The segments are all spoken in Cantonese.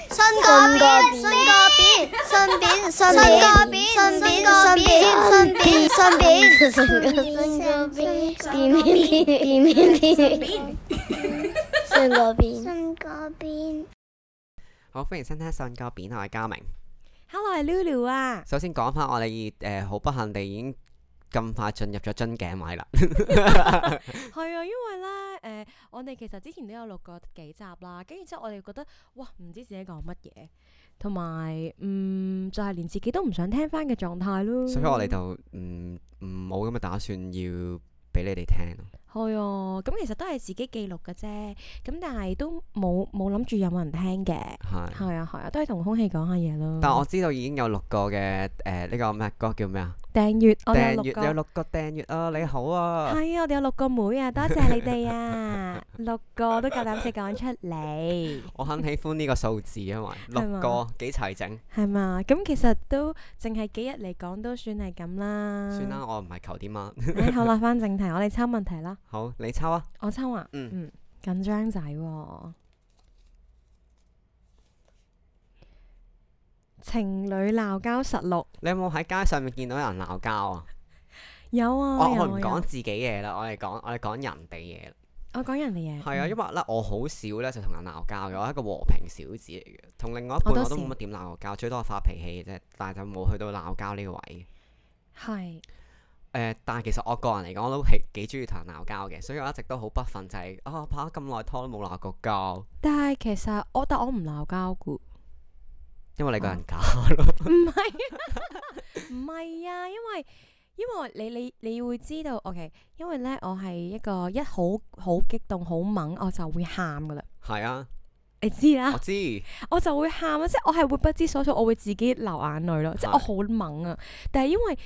信個邊，信個邊，信邊，信個邊，信邊，信邊，信邊，信邊，信個邊，邊邊邊邊信個邊。信個邊。好，歡迎收聽信個片，我係嘉明。 Hello，係 Lulu 啊，首先講翻我哋誒好不幸地已經咁快進入咗樽頸位啦。係啊，因為咧誒、呃我哋其實之前都有錄過幾集啦，跟住之後我哋覺得哇，唔知自己講乜嘢，同埋嗯，就係、連自己都唔想聽翻嘅狀態咯。所以我哋就唔唔冇咁嘅打算要俾你哋聽咯。係啊，咁其實都係自己記錄嘅啫，咁但係都冇冇諗住有冇人聽嘅。係，係啊係啊，都係同空氣講下嘢咯。但我知道已經有六個嘅誒呢個咩嗰個叫咩啊？訂閱我訂有六閱個有，六個訂閱啊！你好啊，係啊，我哋有六個妹啊，多謝你哋啊，六個都夠膽死講出嚟。我很喜歡呢個數字，啊因 為六個幾齊整。係嘛？咁其實都淨係幾日嚟講都算係咁啦。算啦，我唔係求啲乜。 唉。好啦，翻正題，我哋抽問題啦。好，你抽啊！我抽啊。嗯嗯。緊張仔喎。情侶鬧交實錄你有冇喺街上面見到有人鬧交啊？有啊，我有哦我啊唔講有自己嘢啦，我哋講我哋講人哋嘢啦。我講人哋嘢。嗯係啊，因為咧我好少咧就同人鬧交嘅，我係一個和平小子嚟嘅，同另外一我半都我都是冇乜點鬧過交，最多係發脾氣嘅啫，但係就冇去到鬧交呢個位。係誒、但係其實我個人嚟講，我都係幾中意同人鬧交嘅，所以我一直都好不忿，就係、啊拍咗咁耐拖都冇鬧過交，但係其實我但我唔鬧交噶。因嗯為你個人假唔係啊，唔係啊，因為因為你你你會知道，OK，因為咧我係一個一好好激動好猛，我就會喊噶啦，係啊，你知啦我，知我就會喊啊，即係我係會不知所措，我會自己流眼淚咯，即係我好猛啊，但係因為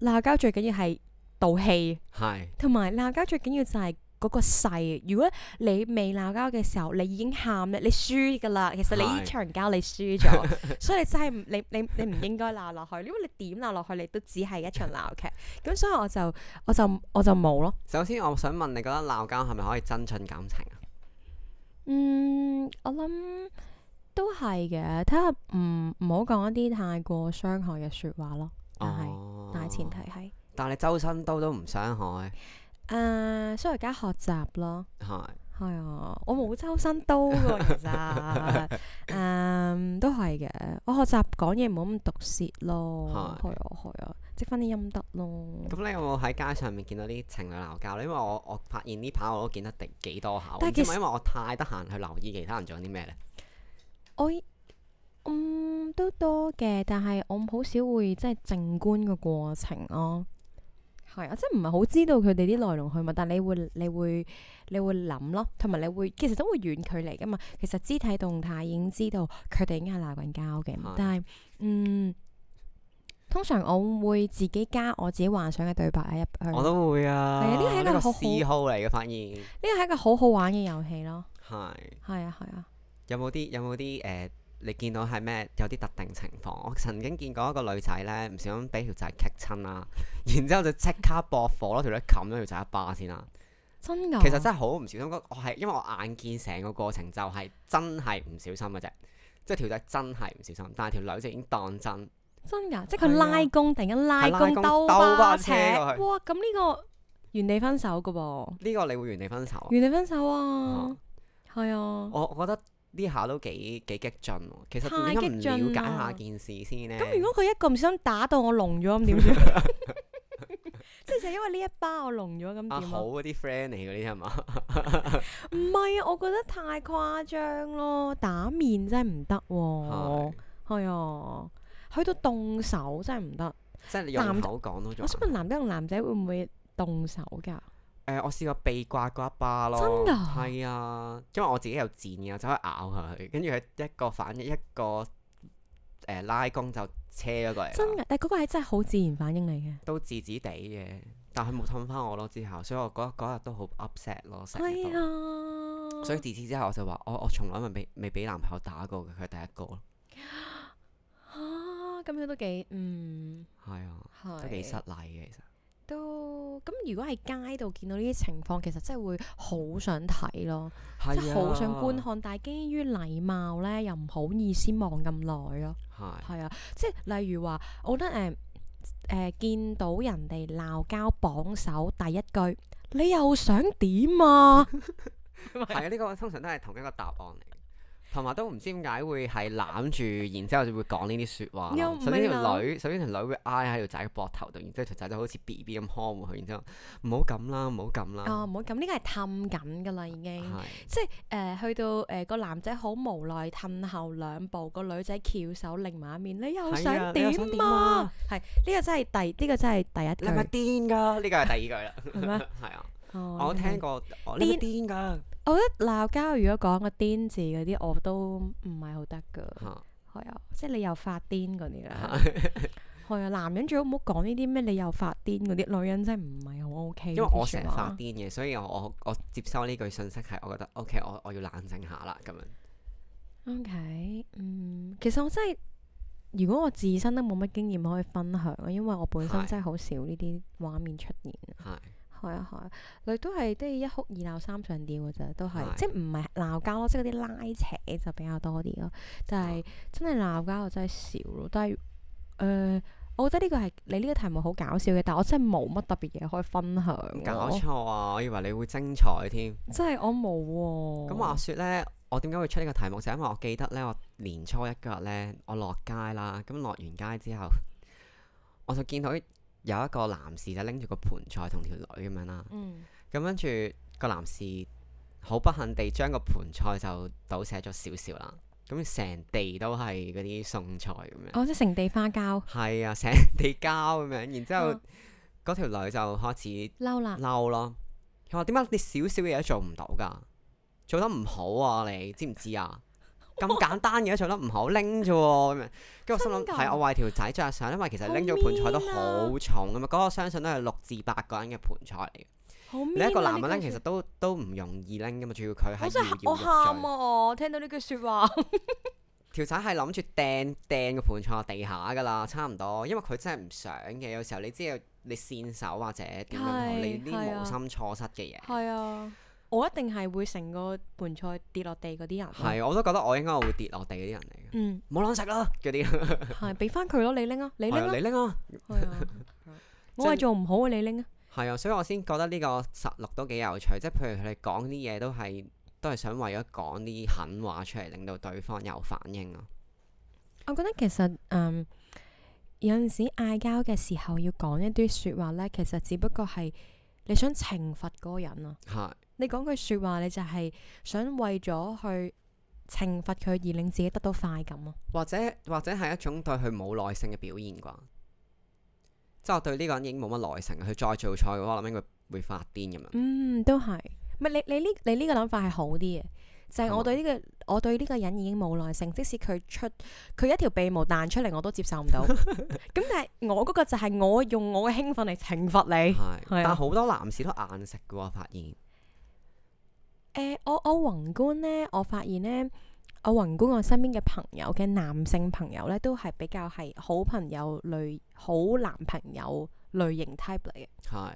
鬧交最緊要係道氣，係同埋鬧交最緊要就係。嗰個勢，如果你未鬧交嘅時候，你已經喊咧，你輸㗎啦。其實你呢係場交你輸咗， 所以你真係唔你你你唔應該鬧落去，因為你點鬧落去，你都只係一場鬧劇。咁所以我就我就我就冇咯。首先我想問你覺得鬧交係咪可以增進感情啊？嗯，我諗都係嘅，睇下嗯唔唔好講一啲太過傷害嘅説話咯。但啊係、哦大前提，係但係你周身刀都唔傷害，誒，所以而家學習咯。係係啊，我冇周身刀㗎喎，其實誒、都係嘅。我學習講嘢唔好咁毒舌咯，係係啊係啊，積翻啲陰德咯。咁你有冇喺街上面見到啲情侶鬧交咧？因為我我發現呢排我都見得第幾多下，我但唔係知係其咪實啊因為我太得閒去留意其他人做緊啲咩咧？我嗯都多嘅，但係我好少會即係靜觀個過程咯。係啊，即係唔係好知道佢哋啲來龍去脈，但你會你會你會諗咯，同埋你會其實都會遠距離噶嘛。其實肢體動態已經知道佢哋已經係鬧緊交嘅係，但係嗯，通常我會自己加我自己幻想嘅對白喺入去。我呢都會啊，係啊呢個係一個呢個好好嗜好嚟嘅，發現個係一個好好玩嘅遊戲咯。係。係啊係啊，有冇啲有冇啲誒？你見到係咩？有啲特定情況。我曾經見過一個女仔咧，唔小心俾條仔棘親啦， 然之後就即刻駁火咯，條女冚咗條仔一巴先啦。真㗎。其實真係好唔小心，我係因為我眼見成個過程就係真係唔小心嘅啫，即係條仔真係唔小心，但係條女就已經當真。真噶，即係佢係啊拉弓，突然間拉係拉弓弓兜兜巴巴扯，車過去哦哇！咁呢個原地分手噶噃，呢個你會原地分手啊？原地分手哦啊，係啊。我我覺得呢下都幾幾激進喎。其實太點解激進唔了解啦下件事先呢？咁如果佢一個唔小心打到我聾咗，咁點算？ 即係就因為呢一巴我聾咗，咁阿點好啊？嗰啲 friend 嚟嗰啲係嘛？唔係啊，我覺得太誇張咯，打面真係唔得喎哦係，係啊，去到動手真係唔得。即係你用男口講都仲我想問男仔同男仔會唔會動手㗎？誒、我試過被刮過一巴咯，真㗎係啊，因為我自己有箭嘅，走去咬佢，跟住佢一個反應一個誒、拉弓就車咗過嚟啦，真㗎，但係嗰個係真係好自然反應嚟嘅。都自自地嘅，但佢冇氹翻我咯之後，所以我嗰嗰日都好 upset 咯，成日係都。啊，所以自此之後我就話我我從來未俾未俾男朋友打過嘅，佢係第一個咯，啊，咁樣都幾嗯嗯係啊，啊係都幾失禮嘅其實。都咁，如果喺街度見到呢啲情況，其實真係會好想睇咯，係即係好想啊觀看，但係基於禮貌咧，又唔好意思望咁耐咯。係係啊，即係例如話，我覺得誒誒、呃見到人哋鬧交綁手第一句，你又想點 啊？係啊，呢個通常都係同一個答案嚟，同埋都唔知點解會係攬住，然之後就會講呢啲説話又咯。唔係首先條攬女，首先條女會挨喺條仔嘅膊頭度，然之後條仔就好似 B B 咁呵護佢，然之後唔好咁啦，唔好咁啊啦，唔好咁，呢個係氹緊㗎啦已經。係即係誒、呃去到誒、呃、個男仔好無奈褪後兩步，個女仔翹手另埋一面，你又係啊想你又點想點啊啊？係呢、個真係第呢、個真係第你一係咪句癲㗎？呢個係第二句係啦，咩？係啊，哦我你係聽過，我呢個癲㗎我覺得鬧交如果講個癲字嗰啲，我都唔係好得㗎。嚇係啊，即係你又發癲嗰啲啦。係啊，男人最好唔好講呢啲咩，你又發癲嗰啲，女人真係唔係好 OK。因為我成日發癲嘅，所以我我我接收呢句信息係，我覺得 O K，我我要冷靜下啦，咁樣 O K，嗯，其實我真係，如果我自身都冇乜經驗可以分享啊，因為我本身係真係好少呢啲畫面出現。係係啊係啊，你都係都係一哭二鬧三上吊嘅啫，都係係即係唔係鬧交咯，即係嗰啲拉扯就比較多啲咯。但哦係真係鬧交我啊真係少咯。但係誒、呃我覺得呢個係你呢個題目好搞笑嘅，但我真係冇乜特別嘢可以分享喎。搞錯啊！我以為你會精彩添。真係我冇喎。咁啊話説咧，我點解會出呢個題目？就係因為我記得咧，我年初一嗰日咧，我落街啦，咁落完街之後，我就見到有一個男士就拎住個盤菜同條女咁樣啦，嗯咁跟住個男士好不幸地將個盤菜就倒瀉咗少少啦，咁成地都係嗰啲餸菜咁樣。哦，即係成地花膠係啊，成地膠咁樣，然之後嗯嗰條女就開始嬲啦。嬲咯。佢話：點解你少少嘢都做唔到㗎？做得唔好啊！你知唔知啊？ 咁簡單嘢都做得唔好，拎啫喎咁樣。跟住我心諗真㗎係我為條仔着想，因為其實好拎咗盤菜都 mean 啊好重㗎嘛。嗰、個相信都係六至八個人嘅盤菜嚟嘅。好你一個 mean 啊男人呢拎句其實説都都唔容易拎㗎嘛，仲要佢我係真搖係搖我欲喊墜。啊！我聽到呢句説話，條仔係諗住掟掟個盤菜落地下㗎啦，差唔多，因為佢真係唔想嘅。有時候你知道你跣手或者點樣，係你啲係啊無心錯失嘅嘢。係啊，我一定係會成個盤菜跌落地嗰啲人咯。係，我都覺得我應該會跌落地嗰啲人嚟嘅。嗯，冇撚食啦，嗰啲係俾翻佢咯，你拎啊， 你拎係啊啊你，拎啊，係 啊，我係做唔好啊，你拎啊，係啊，所以我先覺得呢個實錄都幾有趣，即係譬如佢哋講啲嘢都係都係想為咗講啲狠話出嚟，令到對方有反應啊咯。我覺得其實嗯有陣時嗌交嘅時候要講一啲説話咧，其實只不過係你想懲罰嗰個人啊。係你講句説話，你就係想為咗去懲罰佢而令自己得到快感啊。或者或者係一種對佢冇耐性嘅表現啩，即係我對呢個人已經冇乜耐性，佢再做錯嘅話，我諗應該會發癲咁樣。嗯，都係。唔係你你呢你呢個諗法係好啲嘅，就係、係嘛我對呢、個我對呢個人已經冇耐性，即使佢出佢一條鼻毛彈出嚟，我都接受唔 到。咁但係我嗰個就係我用我嘅興奮嚟懲罰你。誒、係，係啊但好多男士都硬食嘅喎，發現我我宏觀呢，我發現呢，我宏觀我身邊嘅朋友嘅男性朋友呢，都係比較係好朋友類、好男朋友類型 type 嚟嘅。係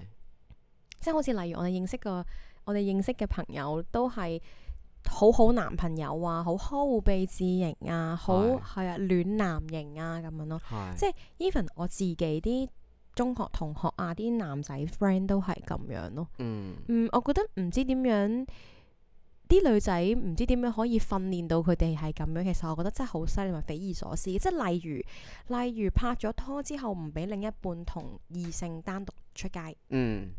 即係好似例如我哋認識個我哋認識嘅朋友都係好好男朋友啊，好呵護備至型啊，好係係啊暖男型啊咁樣咯。係即 even 我自己啲中學同學啊，啲男仔 friend 都係咁樣咯。嗯嗯，我覺得唔知點樣。啲女仔唔知點樣可以訓練到佢哋係咁樣，其實我覺得真係好犀利同埋匪夷所思。即係例如，例如拍咗拖之後唔俾另一半同異性單獨出街，嗯，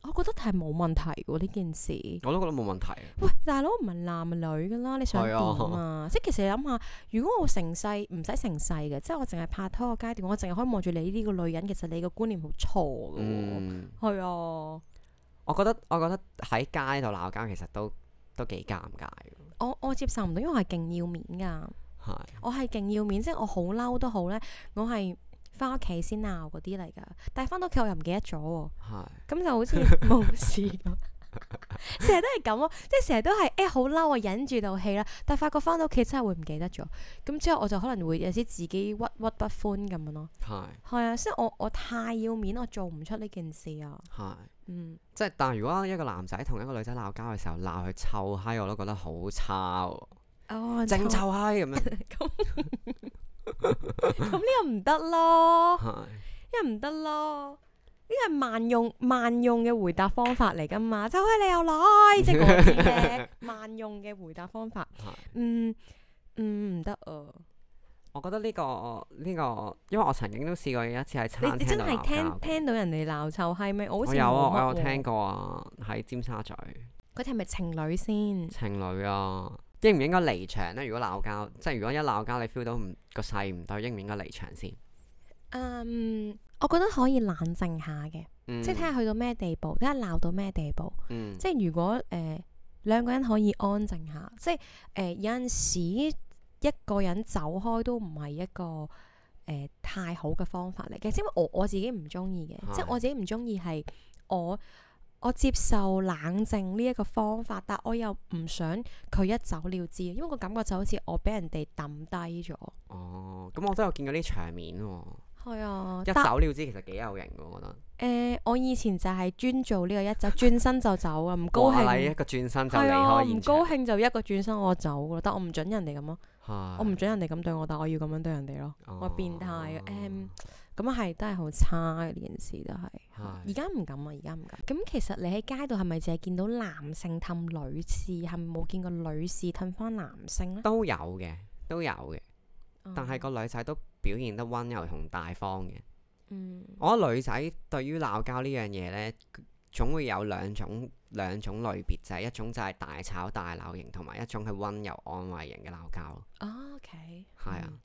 我覺得係冇問題喎呢件事。我都覺得冇問題。啊喂，大佬唔係男係女噶啦，你想點係 啊？即係其實你諗下，如果我成世唔使成世嘅，即係我淨係拍拖嘅階段，我淨係可以望住你呢個女人，其實你個觀念好錯嘅喎。嗯。係啊，我覺得我覺得喺街度鬧交其實都都幾尷尬嘅，我我接受唔到，因為我係勁要面㗎，係我係勁要面，即係我好嬲都好咧，我係翻屋企 先鬧嗰啲嚟㗎。但係翻到屋企我又唔記得咗喎，係咁就好似冇事咁。成日都係咁咯，即係成日都係誒好嬲啊，忍住啖氣啦，但係發覺翻到屋企真係會唔記得咗，咁之後我就可能會有啲自己鬱鬱不歡咁樣咯，係係啊，即係我我太要面，我做唔出呢件事啊，係。嗯，即係，但係如果一個男仔同一個女仔鬧交嘅時候，鬧佢臭閪，我都覺得好差喎， 哦，正就臭閪咁 樣，咁呢個唔得咯，係呢個唔得咯。呢個係萬用萬用嘅回答方法嚟㗎嘛，就係你又來，即係嗰啲 嘅萬用嘅回答方法。係。嗯嗯，唔得啊！我覺得呢、個呢、個，因為我曾經都試過有一次喺你餐你廳真度係鬧聽交嘅。聽到人哋鬧臭閪咩？我好我似有啊，我有冇乜喎聽。過啊，喺尖沙咀佢哋係咪情侶先？情侶啊，應唔應該離場呢？如果鬧交，即係如果一鬧交你 feel 到唔個勢唔對，應唔應該離場先？嗯，我覺得可以冷靜下嘅，嗯即係睇下去到咩地步，睇下鬧到咩地步。嗯即係如果誒、呃、兩個人可以安靜下，即係誒、呃有陣時一個人走開都唔係一個誒、呃太好嘅方法嚟嘅，即係因為我我自己唔中意嘅，即係係我自己唔中意係我我接受冷靜呢一個方法，但我又唔想佢一走了之，因為個感覺就好似我俾人哋抌低咗。哦，咁我都有見過啲場面喎，係啊，一但誒、走了之其實幾有型喎，我覺得。呃我以前就係專做呢個一走，轉身就走啊，唔高哇你興一。個轉身就離係啊，開唔現場。高興就一個轉身我走咯，但我唔準人哋咁咯，係我唔準人哋咁對我，但我要咁樣對人哋咯，我變態啊哦誒咁啊係都係好差嘅呢件事都係。而係家唔敢啊，而家唔敢。咁其實你喺街度係咪淨係見到男性氹女士，係咪冇見過女士氹翻男性咧？都有嘅，都有嘅，但係哦個女仔都表現得温柔同大方嘅。嗯我覺得女仔對於鬧交呢樣嘢呢，總會有兩種兩種類別，就係一種就係大吵大鬧型，同埋一種係温柔安慰型嘅鬧交咯。啊，OK，係啊，嗯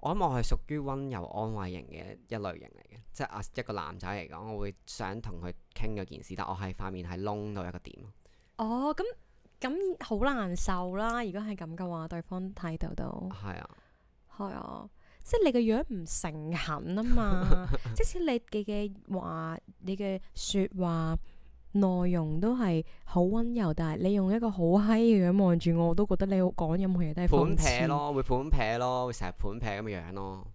我諗我係屬於温柔安慰型嘅一類型嚟嘅，即係啊一個男仔嚟講，我會想同佢傾嗰件事，但我係塊面係窿到一個點咯。嗯哦咁咁好難受啦。如果係咁嘅話，對方睇到都。係啊，係啊，即係你個樣唔誠懇 啊嘛，即使你嘅嘅話，你嘅説話內容都係好温柔，但係你用一個好閪嘅樣望住我，我都覺得你好講任何嘢都係盤諷劈刺。咯，會盤劈咯，會成日盤劈咁嘅樣咯。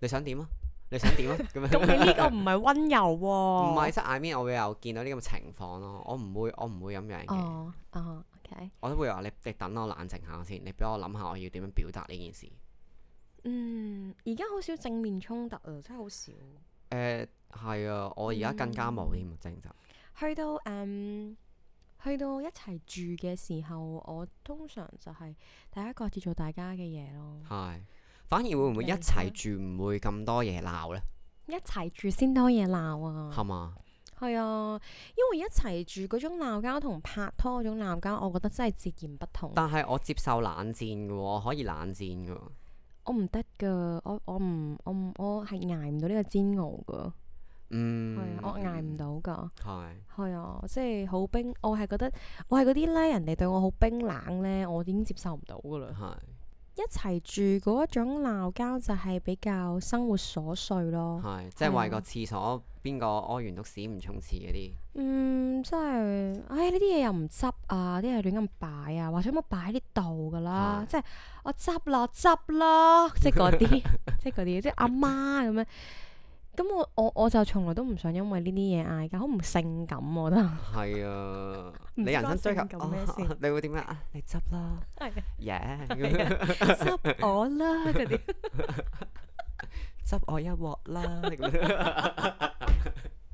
你想點啊？你想點啊？咁咁樣。你呢個唔係温柔喎、唔係，即係 I mean，我會有見到呢咁嘅情況咯。我唔會，我唔會咁樣嘅。哦哦，OK，我都會話你，你等我冷靜下先，你俾我諗下我要點樣表達呢件事。誒、嗯，而家好少正面衝突啊，真係好少。係啊，我而家更加冇添啊，正就去到誒、嗯去到一齊住嘅時候，我通常就係大家各自做大家嘅嘢咯。係。嗯反而會唔會一齊住唔會咁多嘢鬧呢？一齊住先多嘢鬧啊，係嘛？係啊，因為一齊住嗰種鬧交同拍拖嗰種鬧交，我覺得真係截然不同。但係我接受冷戰嘅喎，我可以冷戰嘅喎。我唔得噶，我我唔我唔我係捱唔到呢個煎熬噶，係啊嗯，，我捱唔到噶，係。係啊，即係好冰，我係覺得我係嗰啲咧，人哋對我好冰冷咧，我已經接受唔到噶啦。係一齊住嗰一種鬧交就係比較生活瑣碎咯。係，即係啊為個廁所邊個屙完督屎唔沖廁嗰啲。嗯，真係，唉，呢啲嘢又唔執啊，啲嘢亂咁擺啊，或者冇擺喺呢度噶啦，係即係我執咯，執咯，即係嗰啲，即係嗰啲，即係阿媽咁樣。咁我我我就從來都唔想因為呢啲嘢嗌交，好唔性感我覺得。係啊， 唔你知人關生追求性感咩事啊你會點樣啊？你執啦，耶，啊執 我啦嗰啲， 執我一鑊啦，咁樣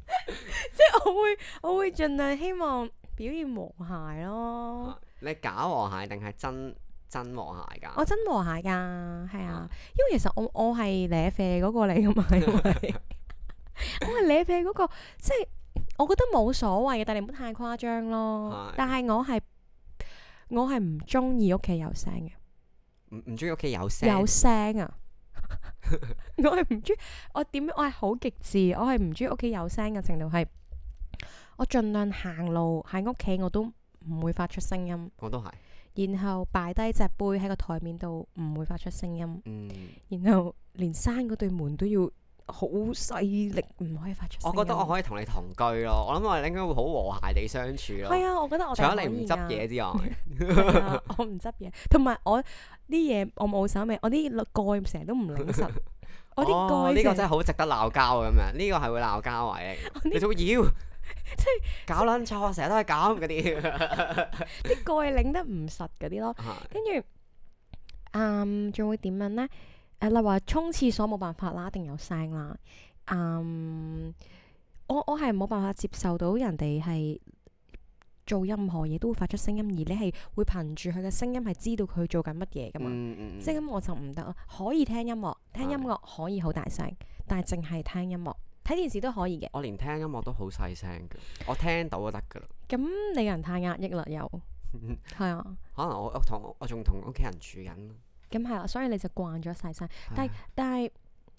即係我會我會盡量希望表現和諧咯。你假和諧定係真真和諧我㗎？哦真和諧噶，係啊，因為其實我我係舐啡嗰個嚟噶嘛，因為我係舐啡嗰個，即係我覺得冇所謂嘅，但係你唔好太誇張咯係。但係我係我係唔中意屋企有聲嘅，唔唔中意屋企有聲，有聲啊！我係唔中意，我點我係好極致，我係唔中意屋企有聲嘅程度係，我盡量行路喺屋企我都唔會發出聲音，我都係，然後擺低隻杯喺個台面度唔會發出聲音。嗯，然後連閂嗰對門都要，好勢力，唔可以發出我聲音。覺得我可以同你同居咯，我諗我哋應該會好和諧地相處咯。係啊，我覺得我除哋咗你唔可以執㗎嘢之外，係啊 我唔執嘢，同埋我啲嘢我冇手尾，我啲蓋成日都唔擰 實，我啲哦蓋呢個成真係好值得鬧交啊！咁樣呢個係會鬧交位嚟嘅，你做妖，即係 搞撚錯，成日都係咁嗰 啲。啊啲蓋擰得唔實嗰啲咯。跟住，嗯，仲會點樣呢？誒，例如話沖廁所冇辦法啦，一定有聲啦。嗯，我我係冇辦法接受到人哋係做任何嘢都會發出聲音，而你係會憑住佢嘅聲音係知道佢做緊乜嘢噶嘛。嗯嗯即係咁我就唔得咯。哦可以聽音樂，聽音樂可以好大聲，但係淨係聽音樂，睇電視都可以嘅。我連聽音樂都好細聲嘅，我聽到就得㗎啦。咁嗯你個人太壓抑啦，又係啊，可能我我同我仲同屋企人住緊，咁係啦，所以你就慣咗細聲。係但啊但係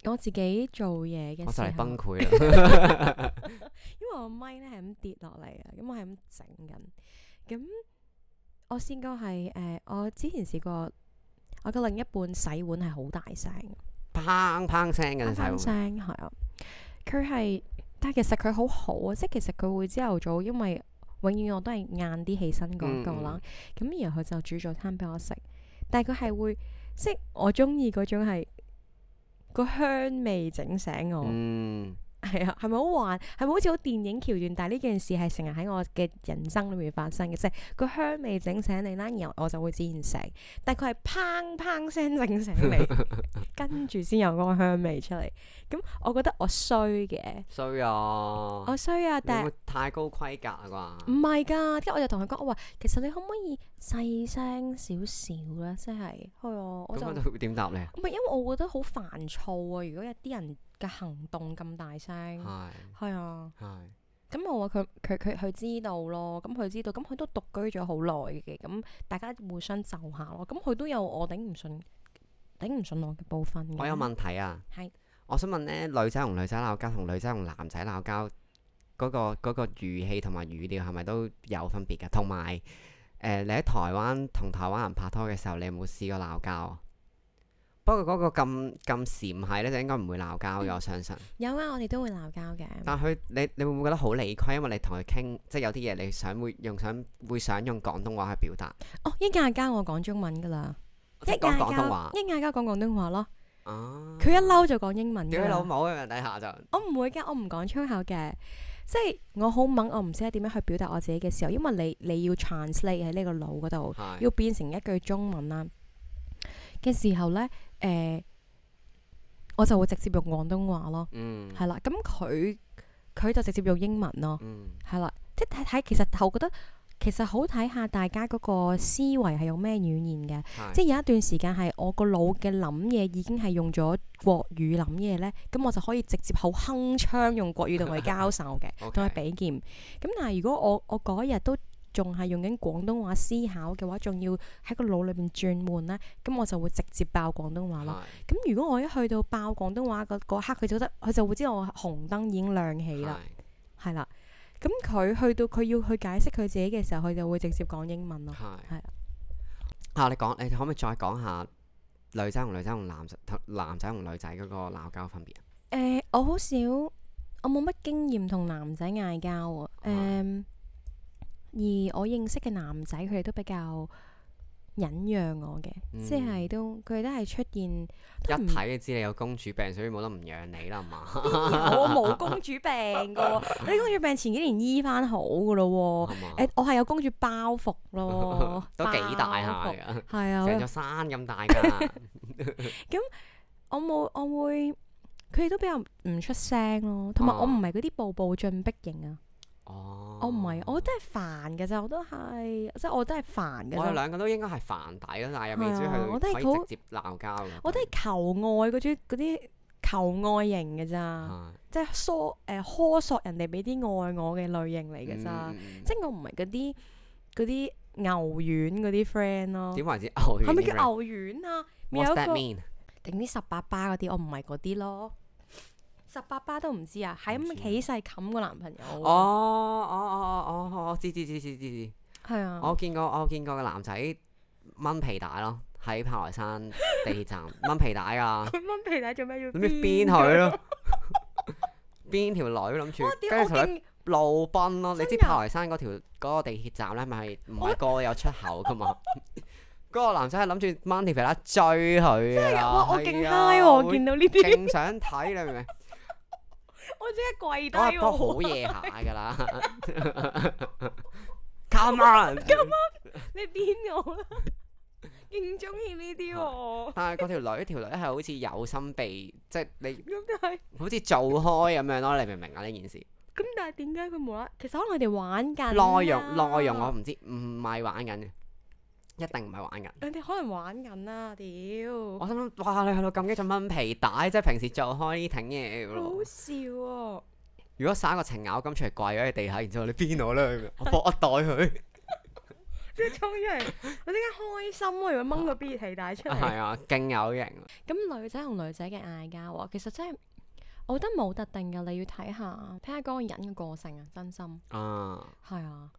我自己做嘢嘅我時就嚟候，崩潰 啦。 因為我咪咧係咁跌落嚟啊，咁我係咁整緊。咁我試過係誒、呃我之前試過我嘅另一半洗碗係好大聲，砰砰聲嘅啱細聲係啊。佢係，但係其實佢好好啊，即係其實佢會朝頭早，因為永遠我都係晏啲起身嗯嗰一個啦。咁、然後佢就煮早餐俾我食，但係佢係會，即係我中意嗰種係個香味整醒我。嗯，係啊，係咪好幻？係咪好似好電影橋段？但係呢件事係成日喺我嘅人生裏面發生嘅，即係個香味整醒你啦，然後我就會自然醒。但係佢係砰砰聲整醒你， 跟住先有嗰個香味出嚟。咁我覺得我衰嘅，衰啊！我嗯衰啊！你但係會太高規格啊唔啩？係㗎，跟住我就同佢講，我話其實你可唔可以細聲少少咧？即係，係啊，我咁就我唔就會點答你啊？係因為我覺得好煩躁啊！如果有啲人嘅行動咁大聲，係係啊。係咁我話佢佢佢佢知道咯，咁佢知道，咁佢都獨居咗好耐嘅，咁大家互相就下咯，咁佢都有我頂唔順頂唔順我嘅部分嘅。我有問題啊！係我想問咧，女仔同女仔鬧交，同女仔同男仔鬧交，嗰個嗰個語氣同埋語調係咪都有分別嘅？同埋誒，你喺台灣同台灣人拍拖嘅時候，你有冇試過鬧交啊？不過嗰個咁咁蟬係咧，就應該唔會鬧交嗯嘅，我相信。有啊，我哋都會鬧交嘅。但佢你你會唔會覺得好理虧？因為你同佢傾，即係有啲嘢你想會用想會想用廣東話去表達，哦，一嗌交我講中文㗎啦，一即係講嗌交廣東話。一嗌交講廣東話咯，啊！佢一嬲哦就講英文㗎屌你老啦。母啊！底下就我唔會㗎，我唔講粗口嘅，即係我好猛，我唔識得點樣去表達我自己嘅時候，因為你你要 translate 喺呢個腦嗰度。係要變成一句中文啦嘅時候呢，誒、呃我就會直接用廣東話咯，嗯係啦。咁佢佢就直接用英文咯，嗯係啦。即係睇睇，其實我覺得其實好睇下大家嗰個思維係用咩語言嘅。係即係有一段時間係我個腦嘅諗嘢已經係用咗國語諗嘢呢，咁我就可以直接好鏗鏘用國語同佢交手嘅 OK，同佢比劍。咁但係如果我我嗰日都仲係用緊廣東話思考嘅話，仲要喺個腦裏邊轉換呢，咁我就會直接爆廣東話咯。係咁如果我一去到爆廣東話嗰嗰刻，佢就覺得佢就會知道我紅燈已經亮起啦，係啦。咁佢去到佢要去解釋佢自己嘅時候，佢就會直接講英文咯。係係啦啊！你講，你可唔可以再講下女仔同女仔同男仔同男仔同女仔嗰個鬧交分別啊？誒、我好少，我冇乜經驗同男仔嗌交啊。誒、而我認識嘅男仔，佢哋都比較忍讓我嘅，即嗯係都佢哋都係出 現都一唔睇就知你有公主病，所以冇得唔養你啦，係嘛？我冇公主病嘅 喎，你公主病前幾年醫翻好嘅咯係嘛哦喎。誒、我係有公主包袱 ，咯都幾大下包袱㗎，係啊，成座山咁大 㗎。我冇，我會佢哋都比較唔出聲咯，同埋啊我唔係嗰啲步步進逼型啊，哦，我唔係，我真係煩嘅咋，我都係，即係我都係煩嘅我哋咋，兩個都應該係煩底啦，但係又未係啊至於去到我都係可以好直接鬧交嘅。我都係求愛嗰啲嗰啲求愛型嘅咋，係即係疏誒呵索人哋俾啲愛我嘅類型嚟嘅咋，嗯嗯嗯即係我唔係嗰啲嗰啲牛丸嗰啲 friend 咯，點為之牛丸？係咪叫牛丸啊？咪有 What's 一 that 個 mean？頂啲十八巴嗰啲，我唔係嗰啲咯。十八巴都唔知啊，係唔咁知啊起勢冚個男朋友。哦哦哦哦哦哦，知知知知知知。係啊，我見過，我見過個男仔掹皮帶咯，喺炮台山地鐵站掹皮帶㗎，佢掹皮帶做咩要諗住鞭佢咯，鞭條女諗住哇！，屌跟住我同佢勁，路奔咯。你知真㗎炮台山嗰條嗰個地鐵站咧，咪係唔係個個有出口㗎嘛？ 嗰個男仔係諗住掹條皮帶追佢㗎啦，哇！我勁係啊 high 喎，見到呢會啲，勁想睇你 明唔明？我即刻跪低嗰日喎。都好夜下㗎 啦，Come on！你癲我啦！勁中意呢啲喎，但係嗰條女條女係好似有心被，即係你咁但係好似做開咁樣咯，你明唔明啊？呢件事咁但係點解佢無啦？其實可能佢哋玩緊啊內容啦內容啊我唔知，唔係玩緊嘅，一定唔係玩緊。佢哋可能玩緊啦，屌！我心諗，哇！你去到咁激就掹皮帶，即係平時做開呢挺嘢嘅好咯。笑喎，如果耍個情咬金出嚟跪咗喺地下，然之後你邊我 咧，我搏一袋佢。即係衝出嚟，我即刻開心喎！如果掹個 B 皮帶出嚟，係啊，勁有型。咁女仔同女仔嘅嗌交啊，其實真係我覺得冇特定㗎，你要睇下睇下嗰個人嘅個性啊，真心啊！係啊。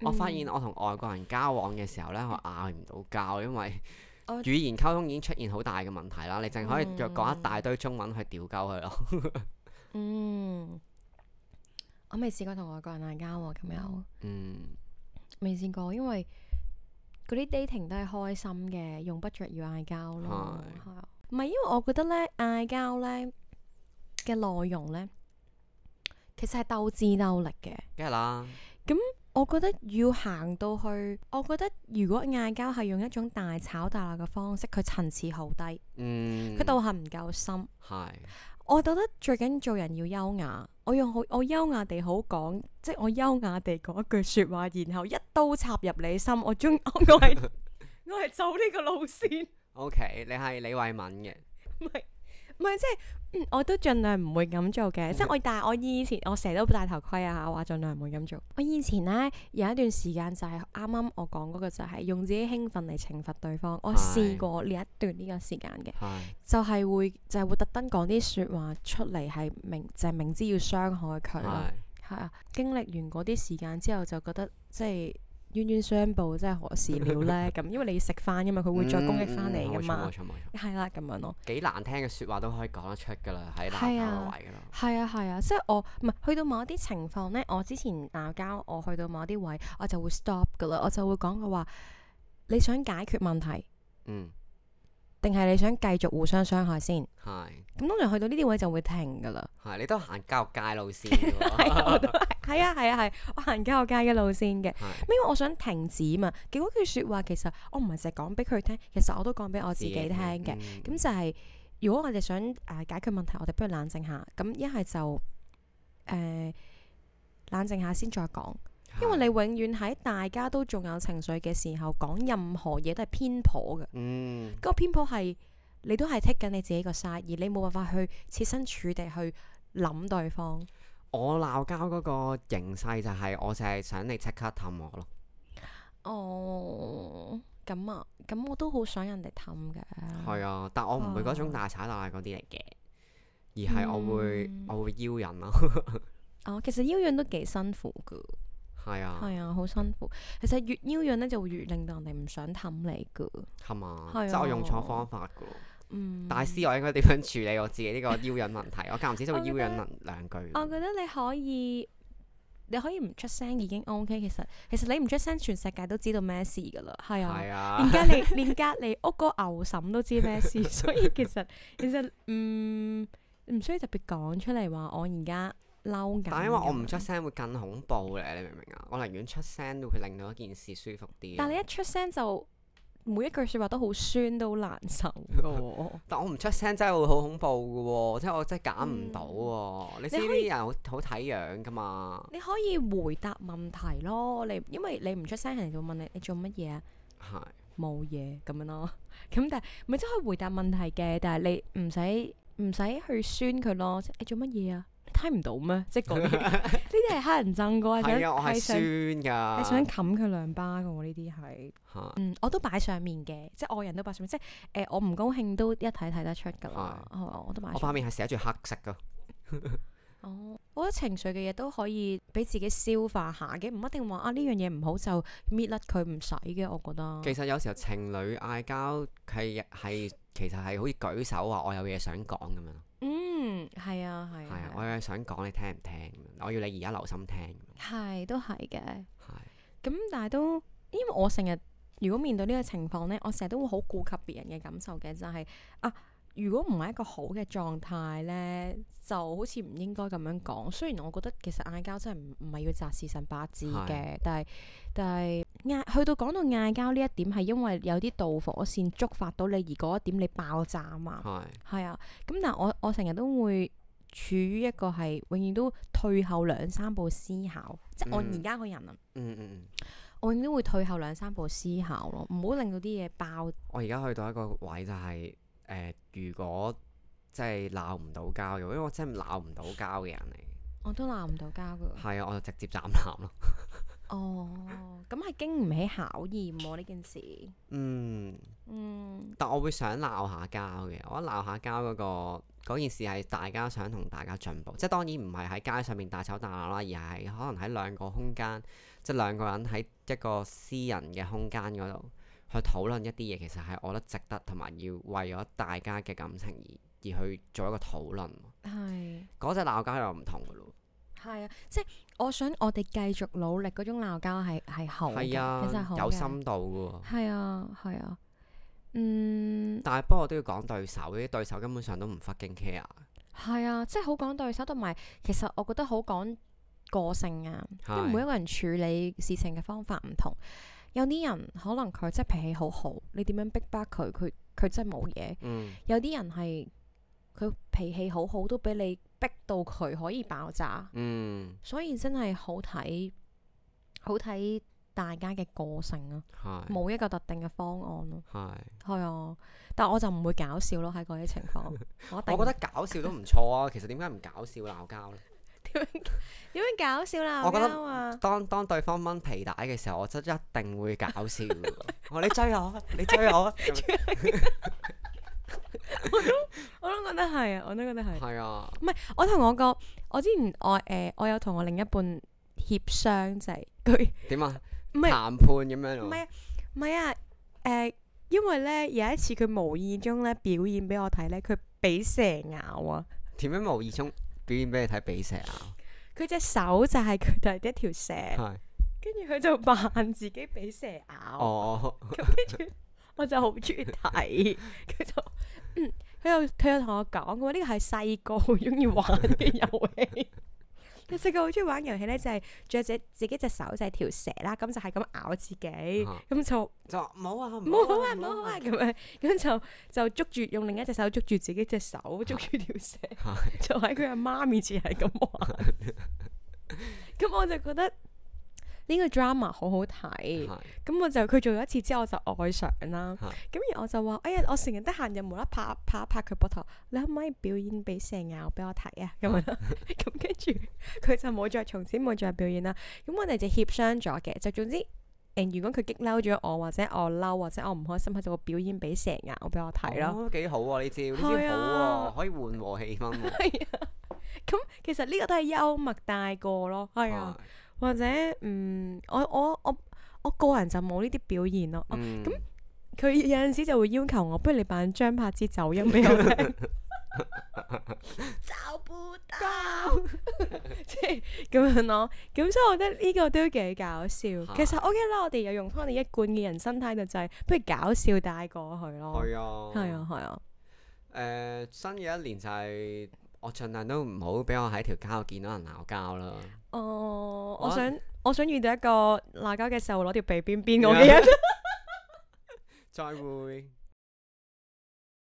我發嗯現我同外國人交往嘅時候咧，我嗌唔到交，因為我語言溝通已經出現好大嘅問題啦。你淨可以嗯再講一大堆中文去調鳩佢咯。 嗯，我未試過同外國人嗌交喎，咁又嗯，未試過，因為嗰啲 dating 都係開心嘅，用不着要嗌交咯，係啊，唔係因為我覺得咧嗌交咧嘅內容咧，其實係鬥智鬥力嘅。梗係啦，我覺得要行到去，我覺得如果嗌交係用一種大吵大鬧嘅方式，佢層次好低，嗯，佢道行唔夠深。係我覺得最緊做人要優雅，我用好我優雅地好講，即係我優雅地講一句説話，然後一刀插入你心。我中 我係我係走呢個路線， OK。你係李慧敏嘅，唔係唔係即係嗯 我都盡量唔會咁做嘅。即係我但係我以前我成日都戴頭盔啊，我話盡量唔會咁做。我以前呢，有一段時間就係啱啱我講嗰個就係用自己興奮嚟懲罰對方，我係試過呢一段呢個時間嘅。係就係會就係、會特登講啲説話出嚟，係明就係、明知要傷害佢咯。係係啊，經歷完嗰啲時間之後，就覺得即係冤冤相報，真係何時了 呢？咁因為你要食翻噶嘛，佢會再攻擊翻你噶嗯嘛冇錯冇，錯冇錯，係啦咁樣咯。幾難聽嘅説話都可以講得出㗎啦，喺係鬧交啊嘅位㗎啦。係啊係啊，即係我唔係去到某一啲情況呢，我之前鬧交，我去到某啲位，我就會 stop 噶啦，我就會講嘅話，你想解決問題，嗯，定係你想繼續互相傷害先？係咁通常去到呢啲位就會停噶啦。係，你都行教育界路線㗎喎。我都 係，係啊係啊係，我行教育界嘅路線嘅，係因為我想停止嘛。結果句説話其實我唔係淨係講俾佢聽，其實我都講俾我自己聽嘅。咁、嗯就係、如果我哋想誒、呃解決問題，我哋不如冷靜下。咁一係就誒、呃冷靜下先再講，因為你係永遠喺大家都仲有情緒嘅時候講任何嘢都係偏頗嘅。嗯嗰個偏頗係你都係剔緊你自己個 side，而你冇辦法去設身處地去諗對方。我鬧交嗰個形勢就係我就係想你即刻氹我咯，哦，咁啊，咁我都好想人哋氹嘅。係啊，但我唔會嗰種啊大踩大鬧嗰啲嚟嘅，而係我會嗯我會邀人咯， 哦，其實腰軟都幾辛苦噶，係啊，係啊，好辛苦。其實越腰軟咧，就會越令到人哋唔想氹你噶。係嘛，係啊即係我用錯方法噶，嗯，大師我應該點樣處理我自己呢個邀引問題？我間唔時就會我邀覺引得人兩句，我覺得你可以，你可以唔出聲已經 O K。其實其實你唔出聲，全世界都知道咩事噶啦。係啊。係啊連，隔離 連隔離屋個牛嬸都知咩 事，所以其實其實嗯唔需要特別講出嚟話我而家嬲緊。但係因為我唔出，聲會更恐怖咧，你明唔明啊？我寧願出聲都會令到一件事舒服啲，但你一出聲就每一句説話都好酸，都好難 受㗎喎。但我唔出聲真係會好恐怖嘅喎，即係我真係揀唔到喎。你知呢嗯你可啲以人好好睇樣噶嘛？你可以回答問題咯，你因為你唔出聲，人哋就會問你你做乜嘢啊？係冇嘢咁樣咯。 咁但係咪即係可以回答問題嘅？但係你唔使唔使去酸佢咯。即係你做乜嘢啊？你睇唔到咩？ 即係 嗰啲呢啲係黑人憎噶，係係啊，想我係係想酸啊㗎。係想冚佢兩巴噶喎。呢啲係嚇嗯，我都擺上面嘅，即係我人都擺上面，即係誒、呃我唔高興都一睇睇得出㗎啦。係嘛我都擺我上塊面。面係寫住黑色㗎，哦，我覺得情緒嘅嘢都可以俾自己消化下嘅，唔一定話啊呢樣嘢唔好就搣甩佢唔使嘅，我覺得。其實有時候情侶嗌交係係其實係好似舉手話我有嘢想講咁樣咯，嗯，係啊，係係啊啊，，我有嘢想講你聽唔聽咁樣？我要你而家留心聽咁樣，係都係嘅。係咁但係都，因為我成日如果面對呢個情況呢，我成日都會好顧及別人嘅感受嘅，就係、啊，如果唔係一個好嘅狀態呢，就好似唔應該咁樣講。雖然我覺得其實嗌交真係唔唔係要擇時辰八字嘅，但係但係嗌去到講到嗌交呢一點係因為有啲導火線觸發到你，而嗰一點你爆炸啊嘛。係係啊，咁但係我我成日都會處於一個係永遠都退後兩三步思考，即係我嗯而家個人啊。嗯嗯嗯。我永遠都會退後兩三步思考咯，唔好令到啲嘢爆。我而家去到一個位就係、呃如果即係鬧唔到交嘅，因為我真係鬧唔到交嘅人嚟，我都鬧唔到交噶。係啊，我就直接斬攬咯。哦，咁係經唔起考驗喎呢件事。嗯，嗯，但我會想鬧下交嘅，我覺得鬧下交嗰、個嗰件事係大家想同大家進步，即係當然唔係喺街上面大吵大鬧啦，而係可能喺兩個空間，即係兩個人喺一個私人嘅空間嗰度去討論一啲嘢，其實係我覺得值得同埋要為咗大家嘅感情而而去做一個討論。係嗰只鬧交又唔同噶咯。係啊，即係我想我哋繼續努力嗰種鬧交係係好嘅，係啊其實係好，嘅有。深度噶喎。係啊，係啊。嗯，但係不過都要講對手，啲對手根本上都唔 fucking care。係啊，即係好講對手，同埋其實我覺得好講個性啊。因為每一係個人處理事情嘅方法唔同，有啲人可能佢真係脾氣好好，你點樣逼迫佢，佢佢真係冇嘢；嗯有啲人係佢脾氣好好，都俾你逼到佢可以爆炸，嗯所以真係好睇，好睇大家嘅個性啊，係冇一個特定嘅方案咯，係。係啊，但我就唔會搞笑咯喺嗰啲情 況，我一定我覺得搞笑都唔錯啊。其實點解唔搞笑鬧交呢？點樣搞笑啦，我覺得啱啊，當當對方掹皮帶嘅時候，我真一定會搞笑㗎 喎。我話你追我啊，你追我啊。咁樣我都覺得係啊，我都覺得係。係啊，唔係，我同我個我之前我誒、呃我有同我另一半協商就係佢點啊？唔係談判咁樣唔咯。係唔係啊誒、呃因為咧有一次佢無意中咧表演俾我睇咧，佢俾蛇咬啊！點樣無意中表演俾你睇比蛇啊？佢隻手就係佢就係一條蛇，係跟住佢就 扮自己俾蛇咬。啊哦，我就好中意睇，佢就嗯，佢又佢又同我講過，呢個係細個好中意玩嘅遊戲。佢細個好中意玩遊戲咧，就係着隻自己隻手就係條蛇啦，咁就係咁咬自己，啊咁就就話唔好啊，唔冇好啊，唔冇好啊咁樣，咁就就捉住用另一隻手捉住自己隻手，捉住條 蛇，啊。就喺佢阿媽面前係咁玩。 咁我就覺得呢個 drama 好好睇係。係咁我就佢做咗一次之後，我就愛上啦嚇。咁而我就話：哎呀，我成日得閒就無啦拍拍一拍佢膊頭，你可唔可以表演俾蛇咬俾我睇 啊？咁樣啦。咁跟住佢就冇再，從此冇再表演啦。咁我哋就協商咗嘅，就總之誒、如果佢激嬲咗我，或者我嬲，或者我唔開心，佢就會表演俾蛇咬俾我睇咯。哦，幾好喎呢招，呢係招好啊喎，可以緩和氣氛喎。咁、其實呢個都係幽默大過咯， 係啊。或者嗯，我我我我個人就冇呢啲表現咯。我嗯，佢有陣時就會要求我，不如你扮張柏芝走音俾 我聽，找不到。即係咁樣咯。咁所以我覺得呢個都幾搞笑。其實 OK 啦，我哋又用翻我哋一貫嘅人生態度，就係不如搞笑帶過去咯。係啊，係啊，係啊，誒、新嘅一年就係我盡量都唔好俾我喺條街度見到人鬧交啦。哦，我我想我想遇到一個鬧交嘅時候攞條鼻邊邊我嘅人。再會。